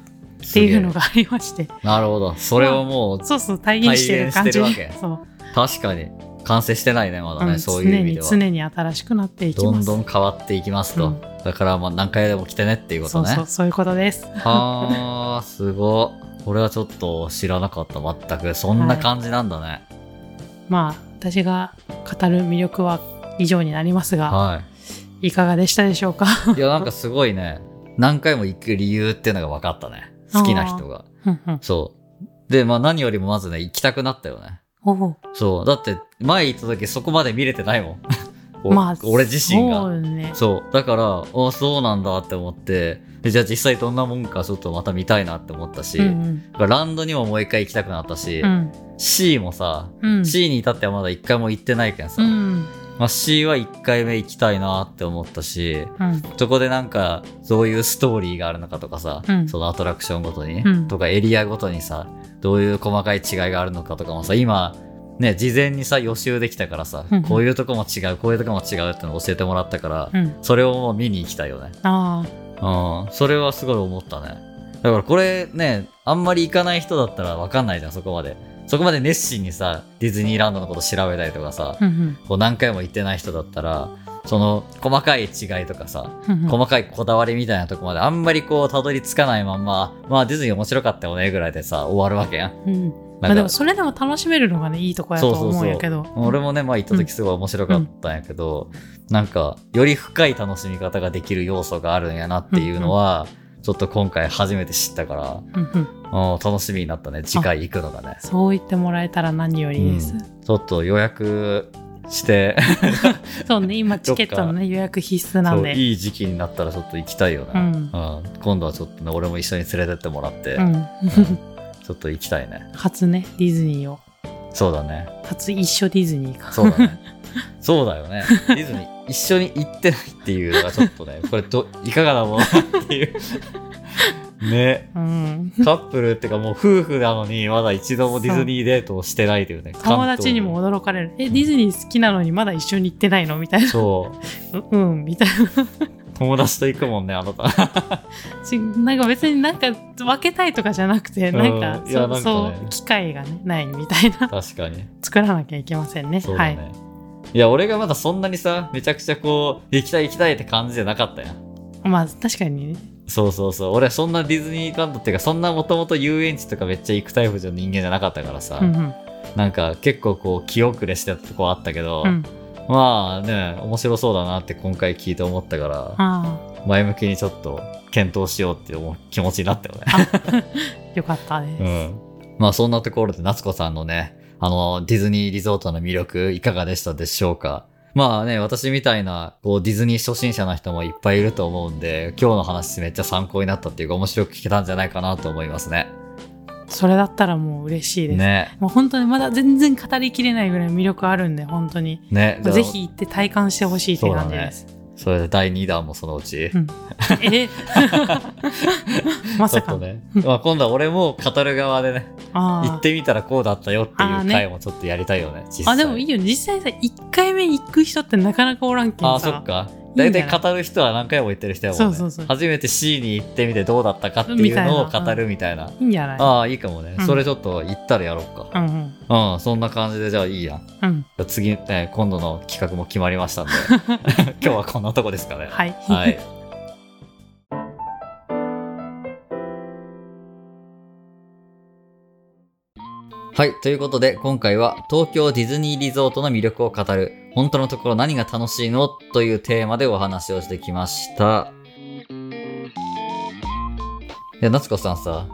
B: っていうの
A: が
B: がありまして
A: なるほどそれはもう
B: そうそう体現してる感じ
A: 体現してるわけ
B: そう
A: 確かに完成してないねまだね、
B: うん
A: そういう意味では
B: 常に常に新しくなっていき
A: ど
B: ま
A: ん
B: す
A: どん変わっていきますと、
B: うん
A: だからまあ何回でも来てねっていうこと
B: そ
A: ね
B: うそうそういうことです
A: はあ、すごい。これはちょっと知らなかった、全く。そんな感じなんだね。
B: まあ私が語る魅力は以上になりますが、、
A: はい
B: かがでしたでしょうか <laughs>
A: い。いや、なんかすごいね、何回も行く理由っていうのが分かったね。好きな人が。
B: うんうん
A: そう。で、まあ何よりもまずね、行きたくなったよね。
B: おう
A: そう。だって、前行った時そこまで見れてないもん。
B: <laughs>
A: お
B: まあ
A: 俺自身
B: そ
A: が。
B: うね
A: そう。だから、あそうなんだって思って、でじゃあ実際どんなもんかちょっとまた見たいなって思ったし、
B: うん
A: ランドにももう一回行きたくなったし、
B: うん
A: C もさ、
B: うん
A: C に至ってはまだ一回も行ってないけんさ、
B: うん
A: まあ、C は1回目行きたいなって思ったし
B: うん
A: そこでなんかどういうストーリーがあるのかとかさ、
B: うん
A: そのアトラクションごとに、
B: うん
A: とかエリアごとにさどういう細かい違いがあるのかとかもさ今ね事前にさ予習できたからさ、
B: うん
A: こういうとこも違うこういうとこも違うってのを教えてもらったから、
B: うん
A: それをもう見に行きたいよね
B: ああ
A: うんそれはすごい思ったねだからこれね、あんまり行かない人だったらわかんないじゃん、そこまで。そこまで熱心にさ、ディズニーランドのこと調べたりとかさ、
B: うん
A: こう何回も行ってない人だったら、その細かい違いとかさ、
B: うんうんうん
A: 細かいこだわりみたいなとこまであんまりこうたどり着かないまんま、まあディズニー面白かったよねぐらいでさ、終わるわけやん。
B: うん
A: な
B: まあ、
A: ん
B: で
A: か
B: もそれでも楽しめるのがねいいとこやと
A: そうそう
B: 思
A: そううん
B: やけど
A: 俺もね、まあ行った時すごい面白かったんやけど、なんかより深い楽しみ方ができる要素があるんやなっていうのは、ちょっと今回初めて知ったから、
B: うんうん
A: うん楽しみになったね、次回行くのがね。
B: そう言ってもらえたら何よりです、
A: うちょっと予約して、
B: そうね今チケットの、ね、予約必須なん
A: そう <laughs>
B: で
A: いい時期になったらちょっと行きたいよね。
B: うん
A: うん今度はちょっとね、俺も一緒に連れてってもらって、
B: う
A: うん
B: ん、
A: ちょっと行きたいね。
B: 初ねディズニーを
A: そうだね。
B: 初一緒ディズニーか
A: そうだ
B: <laughs>
A: ね。そうだよね。ディズニー、一緒に行ってないっていうのがちょっと
B: <laughs>
A: ね、これど、いかがなものっていう。ね。
B: うん、
A: カップルっていうかもう夫婦なのに、まだ一度もディズニーデートをしてないというね。
B: 友達にも
A: 関
B: 驚かれる「えディズニー好きなのにまだ一緒に行ってないの?」みたいな <laughs>
A: 東そう。
B: 「ううん」みたいな
A: 友達と行くもんね、あ
B: <laughs>
A: なた。
B: ちなんか別になんか分けたいとかじゃなくて
A: うん
B: なんか,、
A: いやな
B: そ
A: んかね
B: そう機会が、ね、ないみたいな
A: 確かに。
B: 作らなきゃいけませんね
A: そう
B: は
A: だね。
B: い
A: いや俺がまだそんなにさめちゃくちゃこう行きたい行きたいって感じじゃなかったやん
B: まあ確かにね
A: そうそうそう俺はそんなディズニーランドっていうかそんなもともと遊園地とかめっちゃ行くタイプの人間じゃなかったからさ、
B: うんうん
A: なんか結構こう気遅れしてたとこあったけど、
B: うん
A: まあね面白そうだなって今回聞いて思ったから
B: あ
A: 前向きにちょっと検討しようって思う気持ちになったよね。
B: あよかったです、
A: うん、まあそんなところで夏子さんのねあのディズニーリゾートの魅力いかがでしたでしょうかまあね私みたいなこうディズニー初心者の人もいっぱいいると思うんで今日の話めっちゃ参考になったっていうか面白く聞けたんじゃないかなと思いますね。
B: それだったらもう嬉しいです、
A: ね。
B: もう本当にまだ全然語りきれないぐらい魅力あるんで本当に
A: ね。じゃあ
B: ぜひ行って体感してほしいって感じです、
A: それで第2弾もそのうち。
B: うんえ <laughs> ま
A: ちょ
B: さ
A: っ
B: か
A: とね、まあ、今度は俺も語る側でね
B: <laughs> ああ
A: 行ってみたらこうだったよって
B: あー
A: いう
B: ね
A: 回もちょっとやりたいよね実際
B: あでもいいよ実際さ1回目行く人ってなかなかおらんけんさ
A: あーそっか
B: いい
A: 大
B: んじゃ
A: 体
B: ない
A: 語る人は何回も言ってる人やもんね
B: そうそうそう
A: 初めて C に行ってみてどうだったかっていうのを語るみたいない
B: いんじゃない
A: ああいいかもね、
B: うん
A: それちょっと行ったらやろうか
B: うんうん
A: うん、そんな感じでじゃあいいやんじ
B: うん
A: ゃあ次、ね、今度の企画も決まりま
B: <laughs>
A: したんで <laughs> 今日はこんなとこですかね
B: はい、 <laughs>
A: はい。はい。ということで、今回は東京ディズニーリゾートの魅力を語る、本当のところ何が楽しいのというテーマでお話をしてきました。いや、夏子さんさ、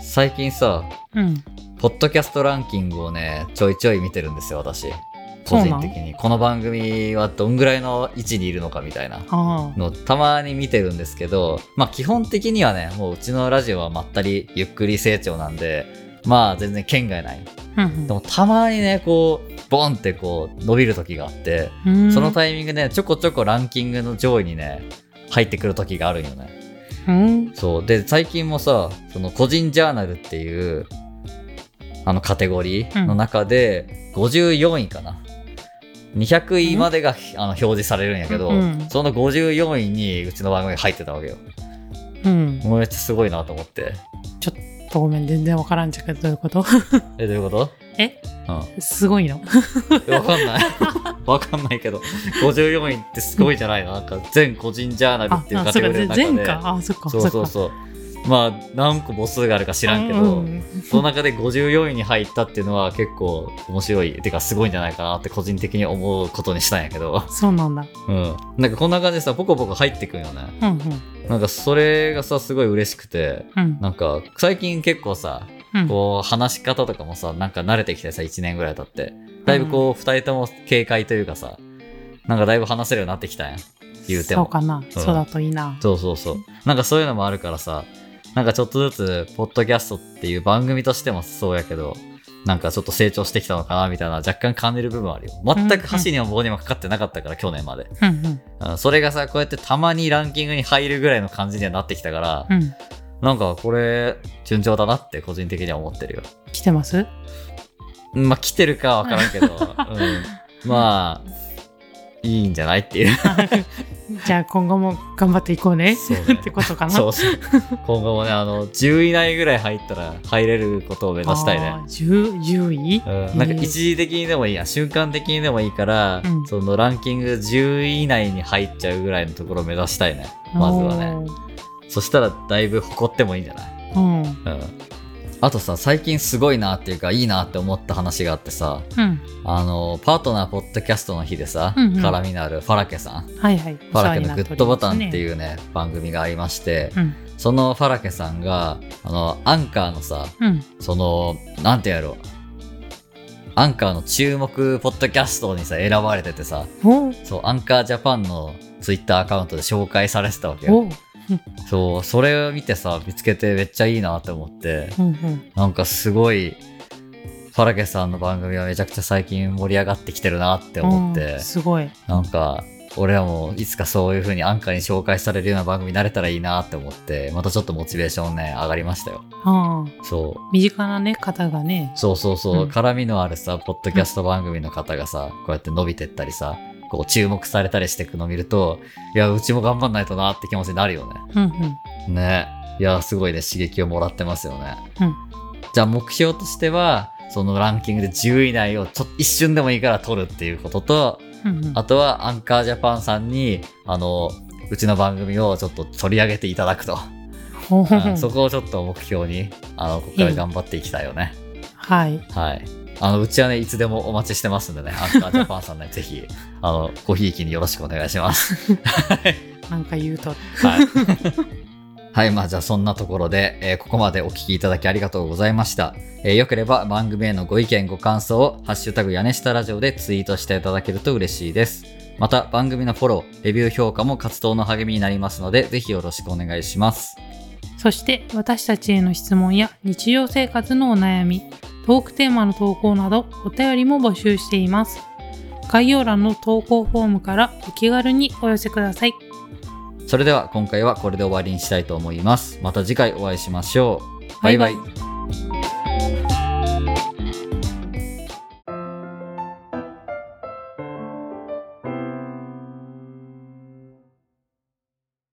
A: 最近さ、
B: うん
A: ポッドキャストランキングをね、ちょいちょい見てるんですよ、私。
B: そ
A: 個
B: うな
A: 人
B: ん
A: 的に。この番組はどんぐらいの位置にいるのかみたいな。
B: あ
A: のたまに見てるんですけど、まあ基本的にはね、もううちのラジオはまったりゆっくり成長なんで、まあ全然県外ない。
B: あ、
A: でもたまにね、こう、ボンってこう伸びる時があって、
B: うん、
A: そのタイミングでちょこちょこランキングの上位にね、入ってくる時があるんよね。
B: うん
A: そう。で、最近もさ、その個人ジャーナルっていう、あのカテゴリーの中で、54位かな。200位までが、あの表示されるんやけど、
B: うん
A: その54位にうちの番組が入ってたわけよ。
B: うん、
A: もうめっちゃすごいなと思って。
B: ごめん全然わからんじゃけどどういうこと
A: え、どういうこと
B: え
A: うん
B: すごいの
A: え。わかん
B: <laughs>
A: ない。わかんないけど、54位ってすごいじゃないのなんか全個人ジャーナル <laughs>
B: あ
A: っていう
B: あ
A: カ
B: そ
A: テ
B: っ
A: ゴ
B: か
A: リーの中で。
B: 前かあそっか
A: そう
B: っか
A: そうそう。まあ、何個母数があるか知らんけど、
B: うんうん
A: その中で54位に入ったっていうのは結構面白い、てかすごいんじゃないかなって個人的に思うことにしたんやけど、
B: そうなんだ
A: うん。なんかこんな感じでさ、ポコポコ入ってくんよね。
B: うんうん
A: なんかそれがさ、すごい嬉しくて、
B: うん
A: なんか最近結構さ、
B: うん
A: こう話し方とかもさ、なんか慣れてきてさ、1年ぐらい経って。だいぶこう、二人とも警戒というかさ、なんかだいぶ話せるようになってきたやん。言うても
B: そうかな、そうだといいな
A: そうそうそう。なんかそういうのもあるからさ、なんかちょっとずつ、ポッドキャストっていう番組としてもそうやけど、なんかちょっと成長してきたのかなみたいな若干感じる部分はあるよ。全く箸にも棒にもかかってなかったから、去年まで。
B: うんうん
A: うんそれがさ、こうやってたまにランキングに入るぐらいの感じにはなってきたから、
B: うん
A: なんかこれ、順調だなって個人的には思ってるよ。
B: 来てます
A: まあ、来てるかわからんけど、うん、まあ、いいんじゃないっていう。
B: じゃあ今後も頑張っていこうね
A: そうだね
B: <laughs> ってことかな。
A: そうそう。今後もね、あの、10位以内ぐらい入ったら入れることを目指したいね。
B: あー。10, 10位、
A: うん、なんか
B: えー
A: 一時的にでもいいや、瞬間的にでもいいから、
B: うん
A: そのランキング10位以内に入っちゃうぐらいのところを目指したいね。まずはね。そしたらだいぶ誇ってもいいんじゃない
B: おー。うん。
A: うん、あとさ最近すごいなっていうかいいなって思った話があってさ
B: うん。
A: あのパートナーポッドキャストの日でさ、
B: うんうん
A: 絡みのあるファラケさんフ
B: はいはい。
A: ァラケのグッドボタンって
B: う。
A: いうね番組がありまして、
B: うん。
A: そのファラケさんがあのアンカーのさ
B: うん。
A: そのなんてやろうアンカーの注目ポッドキャストにさ選ばれててさ
B: おー
A: そうアンカージャパンのツイッターアカウントで紹介されてたわけよ
B: おー。
A: そうそれを見てさ見つけてめっちゃいいなって思って
B: うんうん。
A: なんかすごい、ファラケさんの番組はめちゃくちゃ最近盛り上がってきてるなって思って
B: うん、すごい。
A: なんか、俺らもいつかそういう風にアンカーに紹介されるような番組になれたらいいなって思って、またちょっとモチベーションね、上がりましたよ。
B: あー
A: そう。
B: 身近なね、方がね。
A: そうそうそう、
B: うん
A: 絡みのあるさ、ポッドキャスト番組の方がさ、こうやって伸びてったりさ、こう注目されたりしていくのを見ると、いや、うちも頑張んないとなって気持ちになるよね。
B: うんうん。
A: ねいやすごいね刺激をもらってますよね、
B: うん
A: じゃあ目標としてはそのランキングで10位以内をちょっと一瞬でもいいから取るっていうことと
B: うんうん、
A: あとはアンカージャパンさんにあのうちの番組をちょっと取り上げていただくと、
B: ほうほうほ
A: うん
B: う
A: そこをちょっと目標にあのここから頑張っていきたいよね、
B: はい。
A: はいあのうちはねいつでもお待ちしてますんでねアンカージャパンさんねぜひあのごひいきによろしくお願いします
B: なんか言うと。
A: はい。はい、まあじゃあそんなところで、えーここまでお聞きいただきありがとうございました。えーよければ番組へのご意見ご感想を、ハッシュタグ屋根下ラジオでツイートしていただけると嬉しいです。また番組のフォロー、レビュー評価も活動の励みになりますので、ぜひよろしくお願いします。
B: そして私たちへの質問や日常生活のお悩み、トークテーマの投稿などお便りも募集しています。概要欄の投稿フォームからお気軽にお寄せください。
A: それでは今回はこれで終わりにしたいと思います。また次回お会いしましょう。バイバイ。
B: バイバイ